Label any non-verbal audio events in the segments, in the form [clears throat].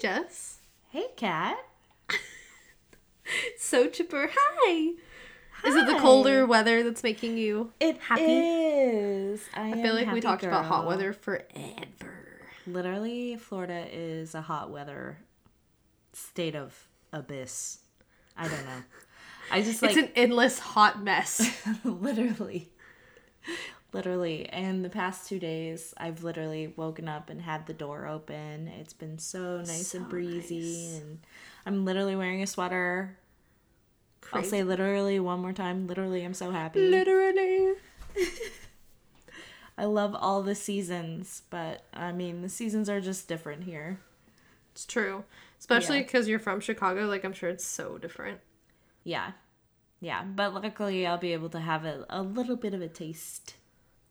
Jess. Hey, Kat. So chipper. Hi. Is it the colder weather that's making you It happy? is. I, I am feel like we happy talked about hot girl. weather forever. Literally, Florida is a hot weather state of abyss. I don't know. I just like it's an endless hot mess. literally literally and the past two days i've literally woken up and had the door open it's been so nice So and breezy nice. and i'm literally wearing a sweater [laughs] [laughs] i'll say literally one more time literally i'm so happy literally. i love all the seasons but i mean the seasons are just different here It's true. Especially because you're from Chicago. Like, I'm sure it's so different. yeah yeah but luckily i'll be able to have a, a little bit of a taste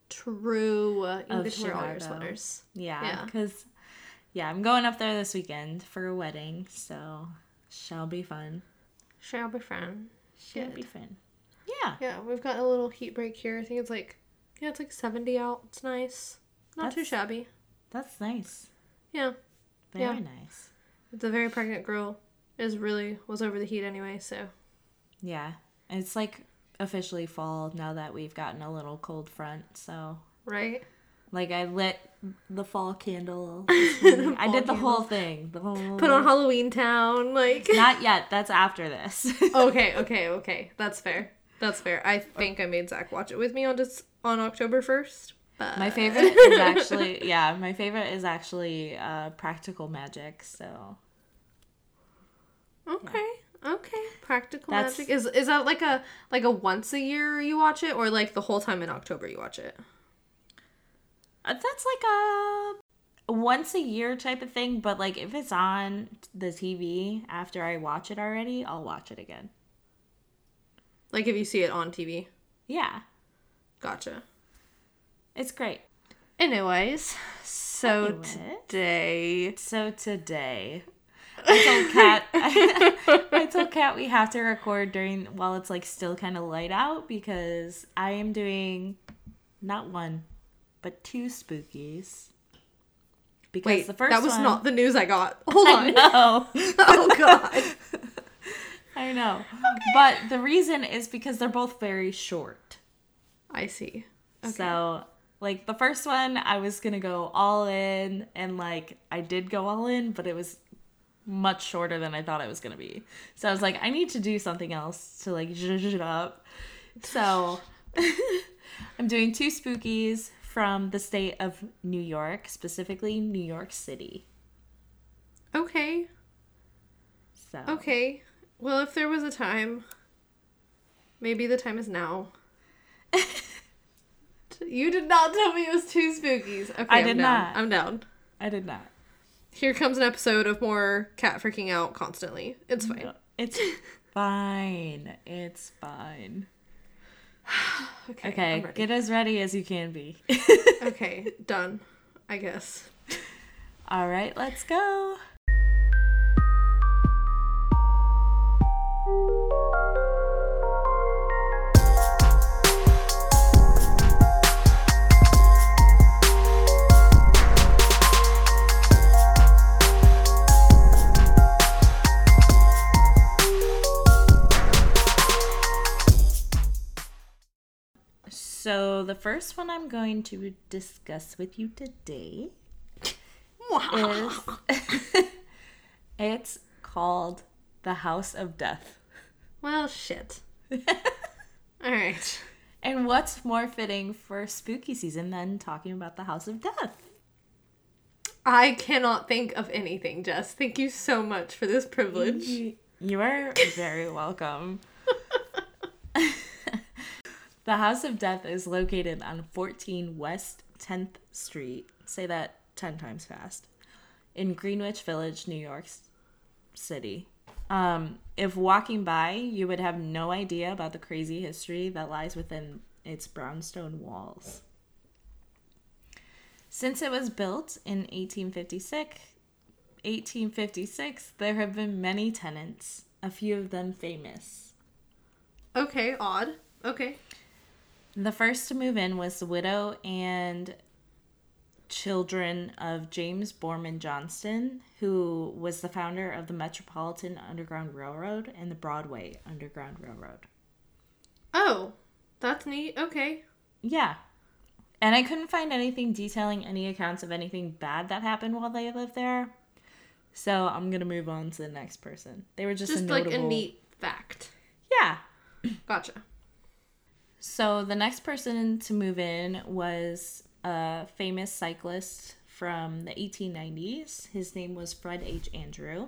True. You Of get to wear all your Chicago. sweaters. Yeah, Yeah. because yeah, I'm going up there this weekend for a wedding, so shall be fun. Shall be fun. Shall be Good. fun. Yeah, Yeah, we've got a little heat break here. I think it's like, yeah, it's like 70 out. It's nice. Not too That's- shabby. that's nice. Yeah. Very Yeah. nice. The very pregnant girl is really was over the heat anyway, so Yeah, and it's like officially fall now that we've gotten a little cold front. So right? like I lit the fall candle. [laughs] this morning. I Fall did the whole thing. The whole Put on Halloween Town, like [laughs] Not yet. That's after this. Okay, okay, okay. That's fair. That's fair. I think I made Zach watch it with me on just on October first. But my favorite is actually yeah. My favorite is actually uh, practical magic. So Okay. Okay. Practical That's- magic. Is is that like a like a once a year you watch it or like the whole time in October you watch it? Uh, That's like a once a year type of thing, but like if it's on the TV after I watch it already, I'll watch it again. Like if you see it on TV. Yeah, Gotcha. it's great. Anyways, so Anyways. today So today, I told Kat, [laughs] I told Kat we have to record during while it's like still kind of light out because I am doing not one, but two spookies. Because Wait, the first that was one, not the news I got. Hold [laughs] I on. know. [laughs] Oh god. I know. But the reason is because they're both very short. I see. Okay. So, like the first one, I was gonna go all in, and like I did go all in, but it was much shorter than I thought it was gonna be. So I was like, I need to do something else to like zhuzh it up. So I'm doing two spookies from the state of New York, specifically New York City. Okay. So Okay. Well, if there was a time, maybe the time is now. [laughs] you did not tell me it was two spookies. Okay, I am did down. not. I'm down. I did not. Here comes an episode of more cat freaking out constantly. It's fine. It's fine. It's fine. Okay. I'm Okay, ready. get as ready as you can be. okay. Done. I guess. All right, let's go. So, the first one I'm going to discuss with you today Uh, is [laughs] it's called the House of Death. Well, [laughs] shit. All right. And what's more fitting for spooky season than talking about the House of Death? I cannot think of anything, Jess. Thank you so much for this privilege. You you are very welcome. the House of Death is located on 14 West 10th Street. Say that 10 times fast. In Greenwich Village, New York S- City. Um, if walking by, you would have no idea about the crazy history that lies within its brownstone walls. Since it was built in 1856, 1856, there have been many tenants, a few of them famous. Okay, odd. Okay. The first to move in was the widow and children of James Borman Johnston, who was the founder of the Metropolitan Underground Railroad and the Broadway Underground Railroad. Oh, that's neat. Okay. Yeah. And I couldn't find anything detailing any accounts of anything bad that happened while they lived there. So I'm going to move on to the next person. They were just, Just a like notable. a neat fact. Yeah. Gotcha. So the next person to move in was a famous cyclist from the 1890s. His name was Fred H. Andrew.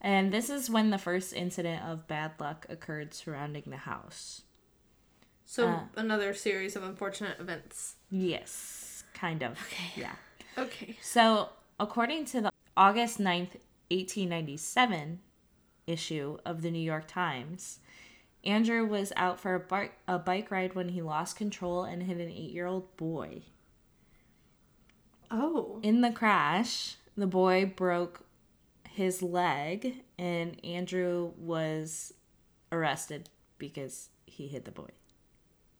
And this is when the first incident of bad luck occurred surrounding the house. So Uh. another series of unfortunate events. Yes, kind of. Okay. Yeah. Okay. So, according to the August 9th, 1897 issue of the New York Times, Andrew was out for a, bar- a bike ride when he lost control and hit an eight year old boy. Oh. In the crash, the boy broke his leg, and Andrew was arrested because he hit the boy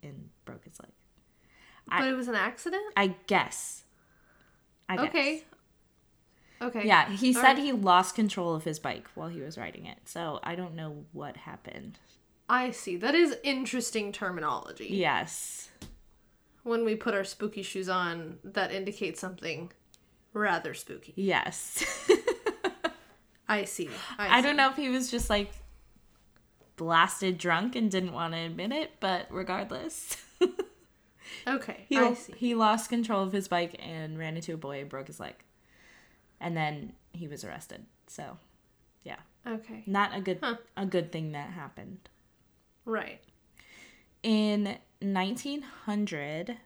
and broke his leg. I- But it was an accident? I guess. I guess. Okay. Okay. Yeah, he All said right. he lost control of his bike while he was riding it. So I don't know what happened. I see. That is interesting terminology. Yes. When we put our spooky shoes on, that indicates something rather spooky. Yes. [laughs] I see. I, I see. don't know if he was just like blasted drunk and didn't want to admit it, but regardless, [laughs] Okay. he, I see. he lost control of his bike and ran into a boy and broke his leg. And then he was arrested. So, yeah, Okay. not a good Huh. a good thing that happened. Right. In 1900,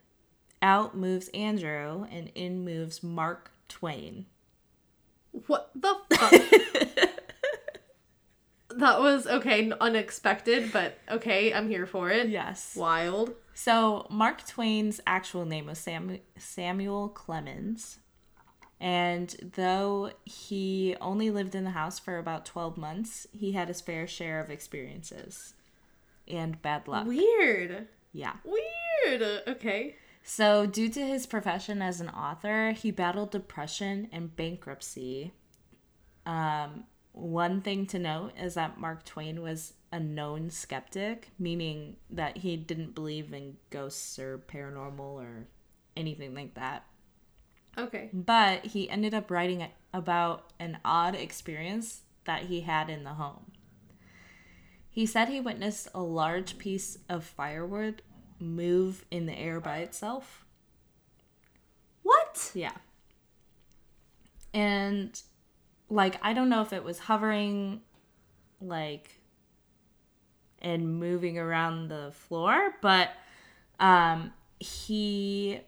out moves Andrew and in moves Mark Twain. What the fuck? that was okay, n- unexpected, but okay, I'm here for it. Yes. Wild. So Mark Twain's actual name was Sam- Samuel Clemens. And though he only lived in the house for about 12 months, he had his fair share of experiences and bad luck. Weird. yeah. Weird. Okay. So, due to his profession as an author, he battled depression and bankruptcy. Um, one thing to note is that Mark Twain was a known skeptic, meaning that he didn't believe in ghosts or paranormal or anything like that. Okay. But he ended up writing about an odd experience that he had in the home. He said he witnessed a large piece of firewood move in the air by itself. What? Yeah. And like I don't know if it was hovering like and moving around the floor, but um he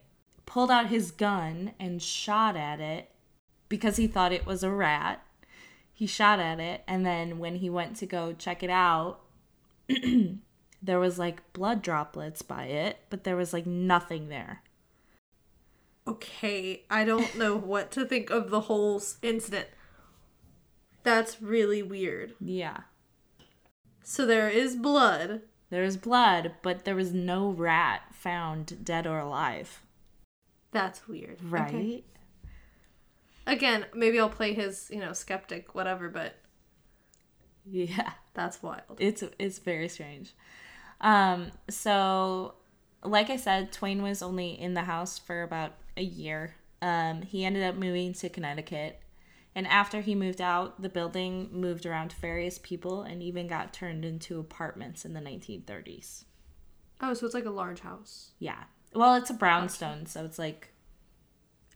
pulled out his gun and shot at it because he thought it was a rat. He shot at it and then when he went to go check it out [clears throat] there was like blood droplets by it, but there was like nothing there. Okay. I don't know what to think of the whole s- incident. That's really weird. Yeah. So there is blood. There was blood, but there was no rat found dead or alive. That's weird. Okay. Again, maybe I'll play his, you know, skeptic, whatever, but [laughs] Yeah. that's wild. It's it's very strange. Um so like I said, Twain was only in the house for about a year. Um he ended up moving to Connecticut. And after he moved out, the building moved around to various people and even got turned into apartments in the 1930s. Oh, so it's like a large house. Yeah. Well, it's a brownstone, so it's like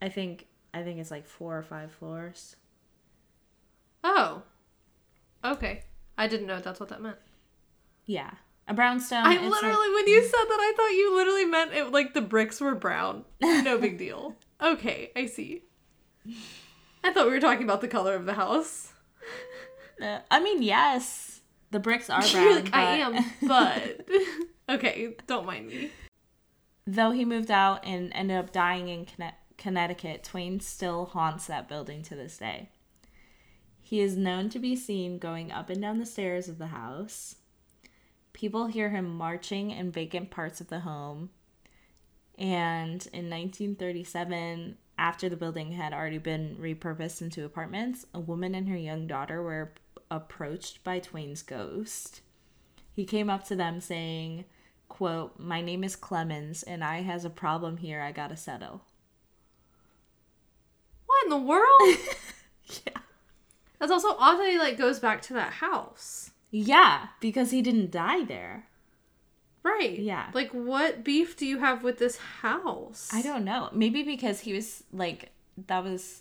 I think I think it's like four or five floors. Oh. Okay. I didn't know that's what that meant. Yeah. A brownstone. I it's like- literally, when you said that, I thought you literally meant it like the bricks were brown. No [laughs] big deal. Okay, I see. I thought we were talking about the color of the house. Uh, I mean, yes. The [laughs] bricks are brown. You're like, I but- am, [laughs] but. [laughs] okay, don't mind me. Though he moved out and ended up dying in Conne- Connecticut, Twain still haunts that building to this day. He is known to be seen going up and down the stairs of the house. People hear him marching in vacant parts of the home. And in 1937, after the building had already been repurposed into apartments, a woman and her young daughter were approached by Twain's ghost. He came up to them saying, quote, "My name is Clemens and I has a problem here I got to settle." What in the world? [laughs] Yeah. That's also odd that he like goes back to that house. Yeah, because he didn't die there. Right. Yeah. Like what beef do you have with this house? I don't know. Maybe because he was like that was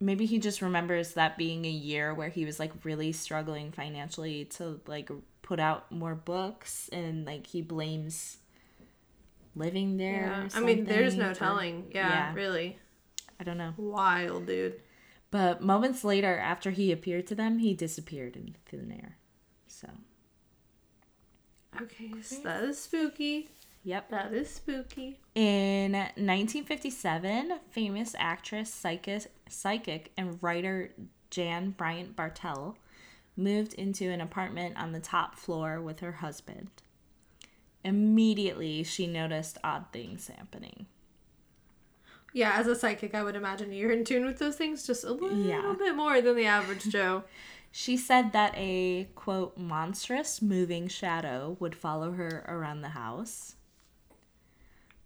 maybe he just remembers that being a year where he was like really struggling financially to like put out more books and like he blames living there. or Yeah. I mean, there's something no for- telling. Yeah, yeah. really. I don't know. Wild, dude. But moments later after he appeared to them, he disappeared in thin air. So, Okay, so that is spooky. yep. That is spooky. In 1957, famous actress, psychic, psychic, and writer Jan Bryant Bartel moved into an apartment on the top floor with her husband. Immediately, she noticed odd things happening. Yeah, as a psychic, I would imagine you're in tune with those things just a little Yeah. bit more than the average Joe. She said that a quote monstrous moving shadow would follow her around the house.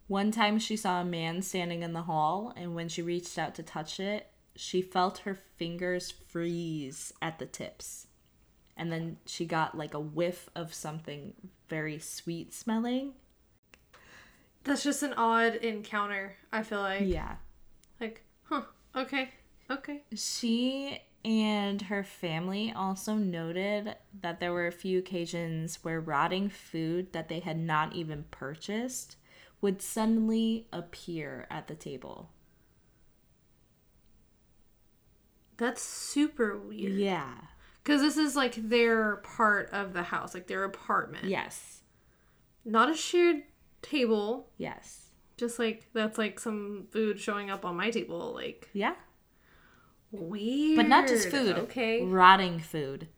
One time she saw a man standing in the hall, and when she reached out to touch it, she felt her fingers freeze at the tips. And then she got like a whiff of something very sweet smelling. That's just an odd encounter, I feel like. Yeah. Like, huh, okay, okay. She and her family also noted that there were a few occasions where rotting food that they had not even purchased would suddenly appear at the table. That's super weird. Yeah. Because this is like their part of the house, like their apartment. Yes. Not a shared table, Yes. just like that's like some food showing up on my table. Like, Yeah. weird. But not just food. Okay. Rotting food.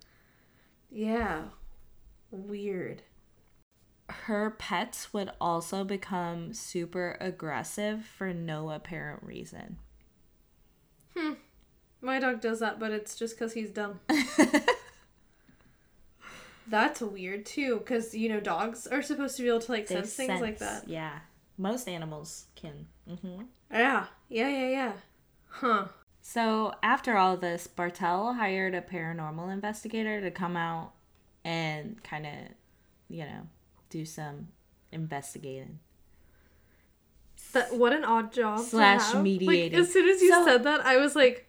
Yeah. Weird. Her pets would also become super aggressive for no apparent reason. My dog does that, but it's just because he's [laughs] dumb. That's weird too, because you know dogs are supposed to be able to like They sense things like that. Yeah. Most animals can. hmm Yeah, yeah, yeah, yeah. Huh. So, after all this, Bartel hired a paranormal investigator to come out and kind of, you know, do some investigating. That what an odd job. to Slash have. Like, mediating. as soon as you So- said that, I was like,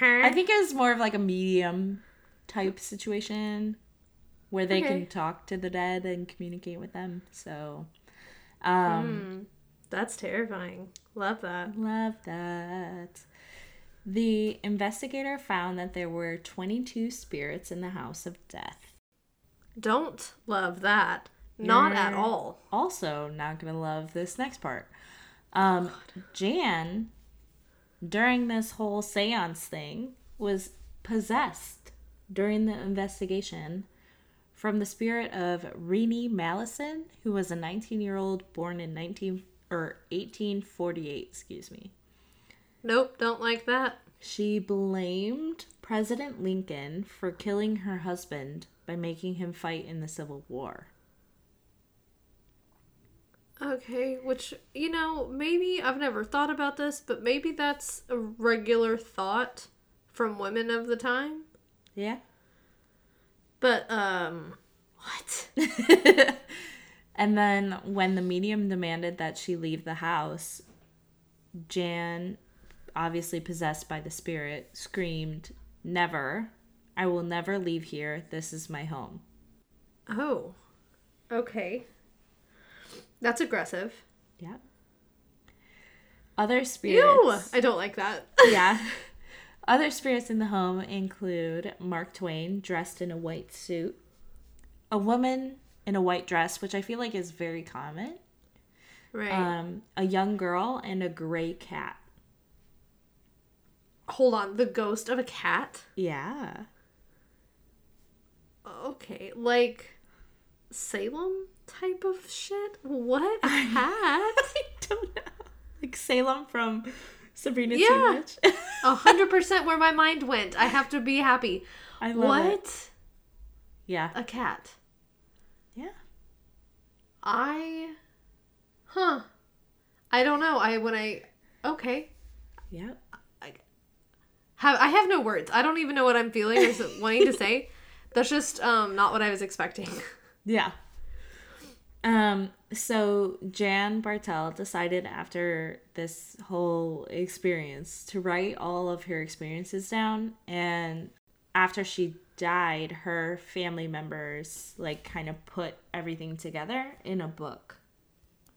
huh? I think it was more of like a medium type situation where they Okay. can talk to the dead and communicate with them. So, um, That's terrifying. Love that. Love that. The investigator found that there were 22 spirits in the house of death. Don't love that. Not at You're- all. also not gonna love this next part. Um, Jan, during this whole seance thing, was possessed during the investigation from the spirit of Renee Mallison, who was a 19 year old born in 19 or 1848, excuse me. Nope, don't like that. She blamed President Lincoln for killing her husband by making him fight in the Civil War. Okay, which, you know, maybe I've never thought about this, but maybe that's a regular thought from women of the time. Yeah. But, um, what? and then when the medium demanded that she leave the house, Jan, obviously possessed by the spirit, screamed, Never. I will never leave here. This is my home. Oh, okay. That's aggressive. Yep. Other Ew! [laughs] spirits. I don't like that. Yeah. Other spirits in the home include Mark Twain dressed in a white suit, a woman in a white dress, which I feel like is very common. right. um, a young girl and a gray cat. Hold on, the ghost of a cat? Yeah. Okay, like Salem? type of shit? What a hat? [laughs] I don't know. Like Salem from Sabrina Yeah. Teenage. A hundred percent where my mind went. I have to be happy. [laughs] [laughs] I love What? it. Yeah. A cat. Yeah. I Huh. I don't know. I when I okay. Yeah. Have I have no words. I don't even know what I'm feeling [laughs] or s- wanting to say. That's just um not what I was expecting. Yeah. Um, so Jan Bartel decided after this whole experience to write all of her experiences down and after she died, her family members like kind of put everything together in a book.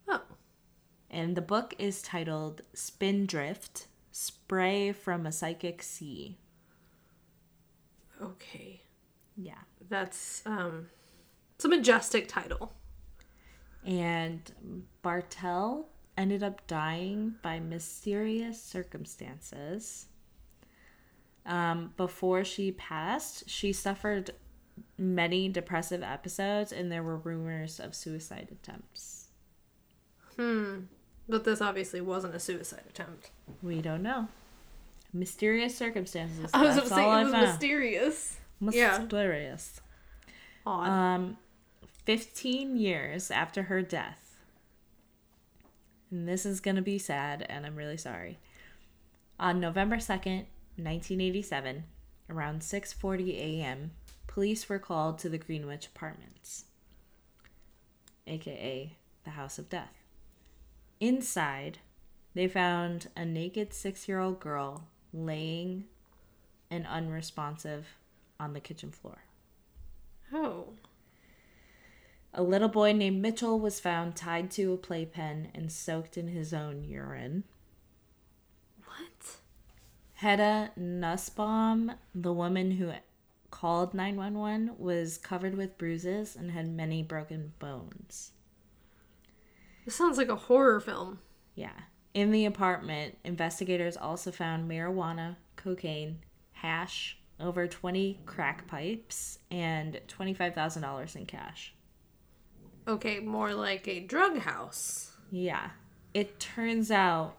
Oh. And the book is titled Spindrift Spray from a Psychic Sea. Okay. Yeah. That's um it's a majestic title. and Bartel ended up dying by mysterious circumstances. Um, before she passed, she suffered many depressive episodes, and there were rumors of suicide attempts. But this obviously wasn't a suicide attempt. We don't know. Mysterious circumstances. I was That's all saying I it was found. mysterious. yeah. mysterious. Odd. Um, 15 years after her death. And this is going to be sad, and I'm really sorry. On November 2nd, 1987, around 6:40 a.m., police were called to the Greenwich Apartments, aka the House of Death. Inside, they found a naked 6-year-old girl laying and unresponsive on the kitchen floor. oh. A little boy named Mitchell was found tied to a playpen and soaked in his own urine. What? Hedda Nussbaum, the woman who called 911, was covered with bruises and had many broken bones. This sounds like a horror film. Yeah. In the apartment, investigators also found marijuana, cocaine, hash, over 20 crack pipes, and $25,000 in cash. Okay, more like a drug house. Yeah. It turns out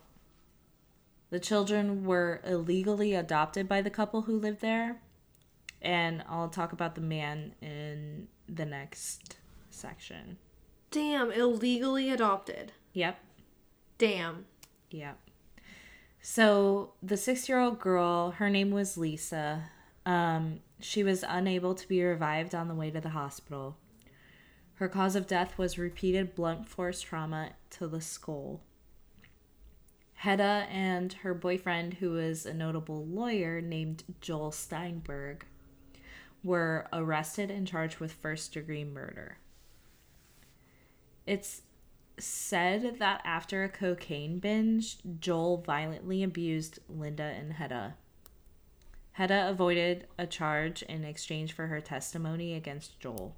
the children were illegally adopted by the couple who lived there. And I'll talk about the man in the next section. Damn, illegally adopted. Yep. Damn. Yep. So the six year old girl, her name was Lisa. Um, she was unable to be revived on the way to the hospital. Her cause of death was repeated blunt force trauma to the skull. Hedda and her boyfriend, who was a notable lawyer named Joel Steinberg, were arrested and charged with first degree murder. It's said that after a cocaine binge, Joel violently abused Linda and Hedda. Hedda avoided a charge in exchange for her testimony against Joel.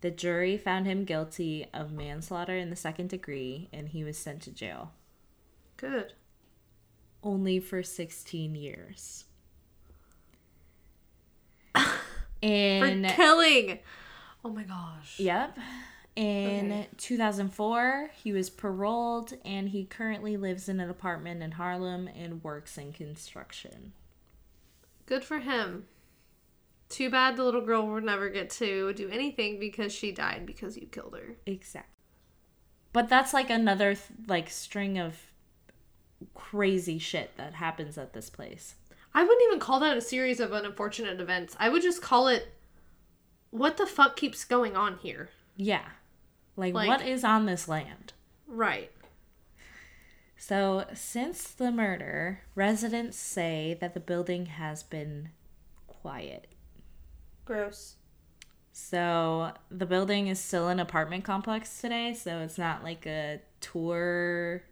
The jury found him guilty of manslaughter in the second degree, and he was sent to jail Good. only for 16 years. In For uh, killing. Oh my gosh. Yep. In Okay. 2004, he was paroled and he currently lives in an apartment in Harlem and works in construction. Good for him. Too bad the little girl would never get to do anything because she died because you killed her. Exactly. But that's like another th- like string of crazy shit that happens at this place. I wouldn't even call that a series of unfortunate events. I would just call it what the fuck keeps going on here? Yeah. Like, Like- what is on this land? Right. So, since the murder, residents say that the building has been quiet. Gross. So the building is still an apartment complex today, so it's not like a tour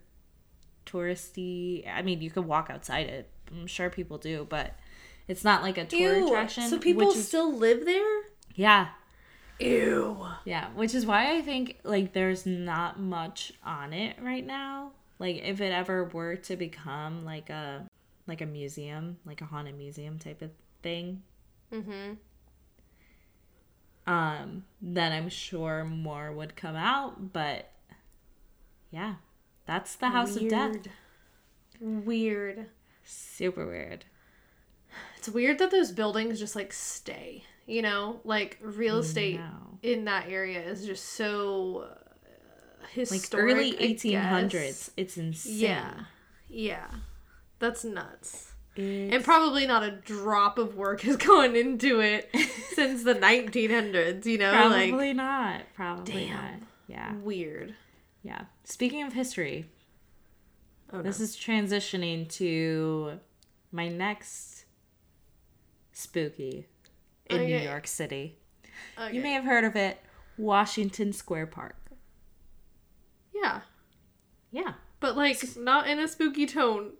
touristy. I mean, you could walk outside it. I'm sure people do, but it's not like a tour attraction. so people which is- still live there? yeah, Ew. yeah, which is why I think like there's not much on it right now. Like if it ever were to become like a like a museum, like a haunted museum type of thing, Mm-hmm. um, then I'm sure more would come out. But yeah, that's the House of Death. Weird. Weird. Super weird. It's weird that those buildings just like stay. You know, like real Mm, estate No. in that area is just so uh, Like historic. early I guess. 1800s. It's insane. Yeah. Yeah. That's nuts. And It's- probably not a drop of work has [laughs] gone into [laughs] it since the 1900s, you know? probably Like, not. Probably Damn. not. Yeah. weird. Yeah. Speaking of history, Oh, no. This is transitioning to my next spooky in New Okay. York City. Okay. You may have heard of it, Washington Square Park. yeah. Yeah. But, like, not in a spooky tone.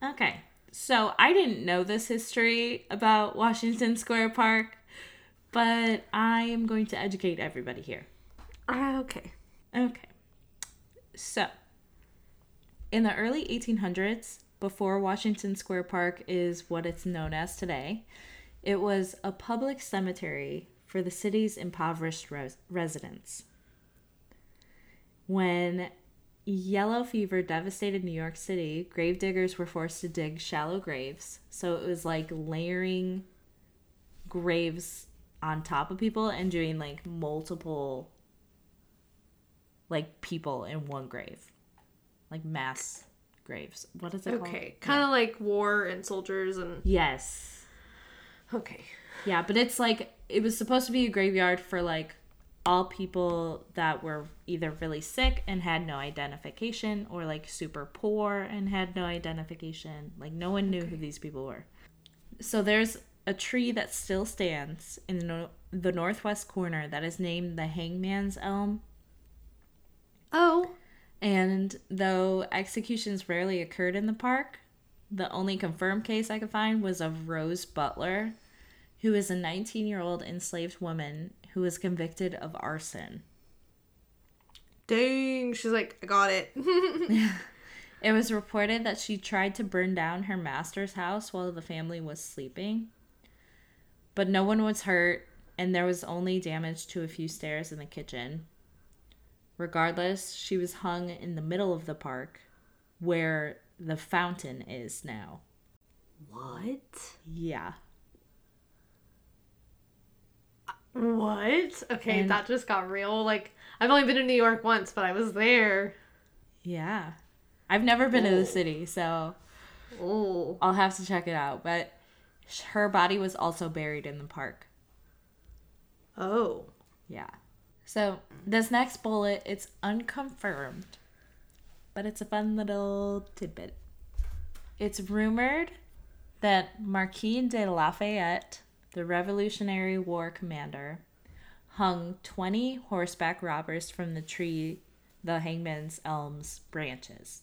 Okay. So I didn't know this history about Washington Square Park, but I am going to educate everybody here. okay. Ah, Okay. So, in the early 1800s, before Washington Square Park is what it's known as today, it was a public cemetery for the city's impoverished res- residents. When yellow fever devastated New York City, gravediggers were forced to dig shallow graves. So it was like layering graves on top of people and doing like multiple like people in one grave, like mass graves. What is it called? Okay. Kind of like war and soldiers and. Yes. Okay. Yeah, but it's like it was supposed to be a graveyard for like all people that were either really sick and had no identification or like super poor and had no identification. Like no one knew who these people were. So there's a tree that still stands in the, no- the northwest corner that is named the Hangman's Elm Oh. And though executions rarely occurred in the park, the only confirmed case I could find was of Rose Butler, who is a 19 year old enslaved woman who was convicted of arson. Dang. She's like, I got it. [laughs] It was reported that she tried to burn down her master's house while the family was sleeping, but no one was hurt, and there was only damage to a few stairs in the kitchen. Regardless, she was hung in the middle of the park where the fountain is now. what? Yeah. What? Okay, And- that just got real. Like, I've only been to New York once, but I was there. Yeah. I've never been to Oh. the city, so Oh. I'll have to check it out. But sh- her body was also buried in the park. Oh. Yeah. So this next bullet, it's unconfirmed, but it's a fun little tidbit. It's rumored that Marquis de Lafayette, the Revolutionary War commander, hung 20 horseback robbers from the tree, the hangman's elm's branches.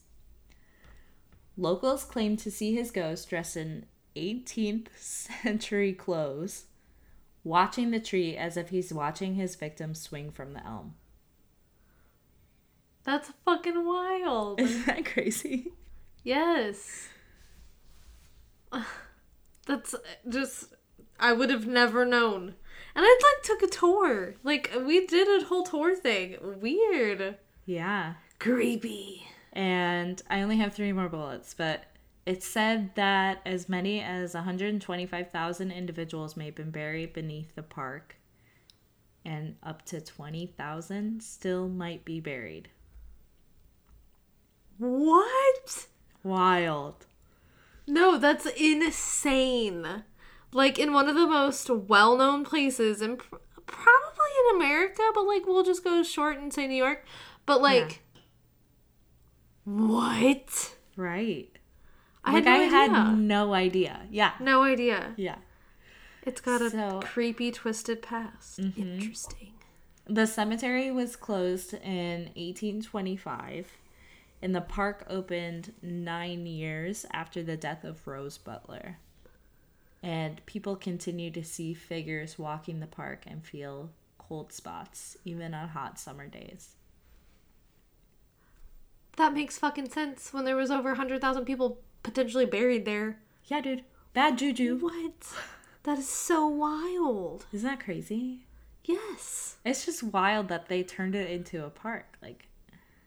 Locals claim to see his ghost dressed in 18th century clothes watching the tree as if he's watching his victim swing from [laughs] the elm. That's fucking [laughs] wild. Isn't that crazy? Yes. [sighs] That's uh, just I would have never known. And I like took a tour. Like we did a whole tour thing. Weird. Yeah. Creepy. And I only have three more bullets, but it said that as many as 125,000 individuals may have been buried beneath the park, and up to 20,000 still might be buried. What? Wild. No, that's insane. Like in one of the most well-known places and pr- probably in America, but like we'll just go short and say New York, but like what? Right. I like, had no I idea. had no idea. Yeah. no idea. Yeah. It's got a So- Mm-hmm. creepy, twisted past. Interesting. The cemetery was closed in 1825, and the park opened nine years after the death of Rose Butler. And people continue to see figures walking the park and feel cold spots, even on hot summer days. That makes fucking sense when there was over 100,000 people potentially buried there. Yeah, dude. Bad juju. What? That is so wild. Isn't that crazy? Yes. It's just wild that they turned it into a park. Like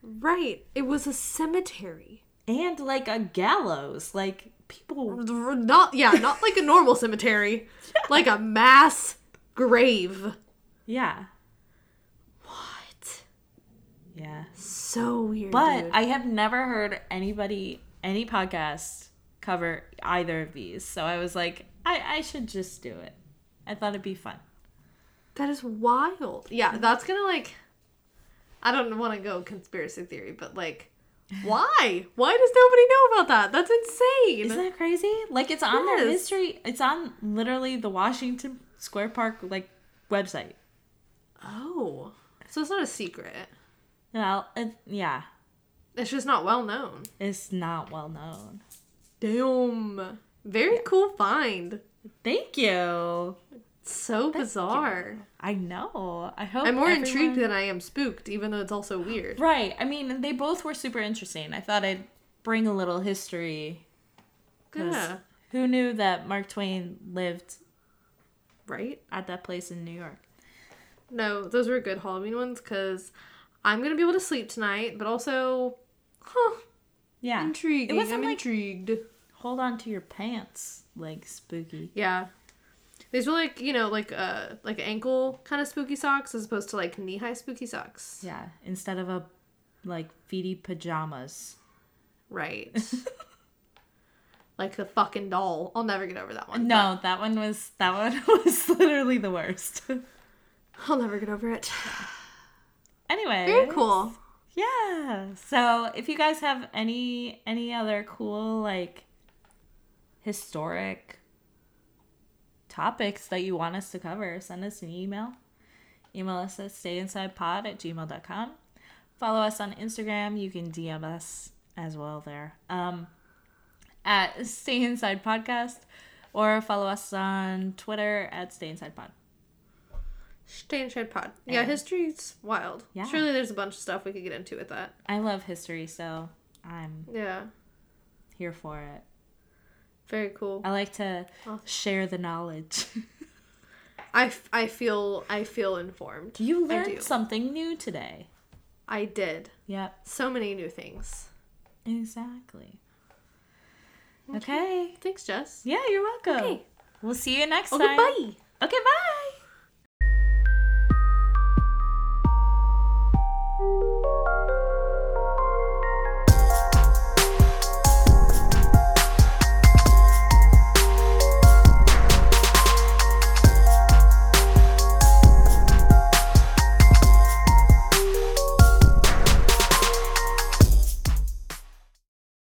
Right. It was a cemetery. and like a gallows. Like people Not yeah, not like a normal cemetery. Like a mass grave. Yeah. What? Yeah. So weird. But dude. I have never heard anybody, any podcast cover either of these. So I was like, I, I should just do it. I thought it'd be fun. that is wild. Yeah, that's gonna like I don't wanna go conspiracy theory, but like why? Why does nobody know about that? That's insane. Isn't that crazy? Like it's on their Yes. history. It's on literally the Washington Square Park like website. oh. So it's not a secret. Now, it, yeah, It's just not well known. it's not well known. Damn. Very cool find. Thank you. So bizarre. I know. I hope I'm more intrigued everyone- than I am spooked, even though it's also weird. right. I mean, they both were super interesting. I thought I'd bring a little history 'Cause Yeah. Who knew that Mark Twain lived Right? at that place in New York? No, those were good Halloween ones because I'm going to be able to sleep tonight, but also, huh, Yeah. intriguing. wasn't I'm like- intrigued. Hold on to your pants, like spooky. Yeah. These were like, you know, like uh like ankle kind of spooky socks as opposed to like knee high spooky socks. Yeah. Instead of a like feety pajamas. Right. like the fucking doll. I'll never get over that one. No, that one was that one [laughs] was literally the worst. [laughs] I'll never get over it. anyway. Very cool. Yeah. So if you guys have any any other cool like historic topics that you want us to cover, send us an email. Email us at stayinsidepod at gmail.com. Follow us on Instagram. You can DM us as well there. Um at Stay Inside Podcast or follow us on Twitter at Stay Inside Pod. Stay in Shred Pod. Yeah, history's wild. Yeah. Surely there's a bunch of stuff we could get into with that. I love history, so I'm Yeah. here for it. Very cool. I like to Awesome. share the knowledge. I, f- I feel I feel informed. [laughs] You I learned do. something new today. I did. Yep, So many new things. exactly. Okay. Thanks, Jess. Yeah, you're welcome. Okay. We'll see you next Okay, time. bye. Okay, bye.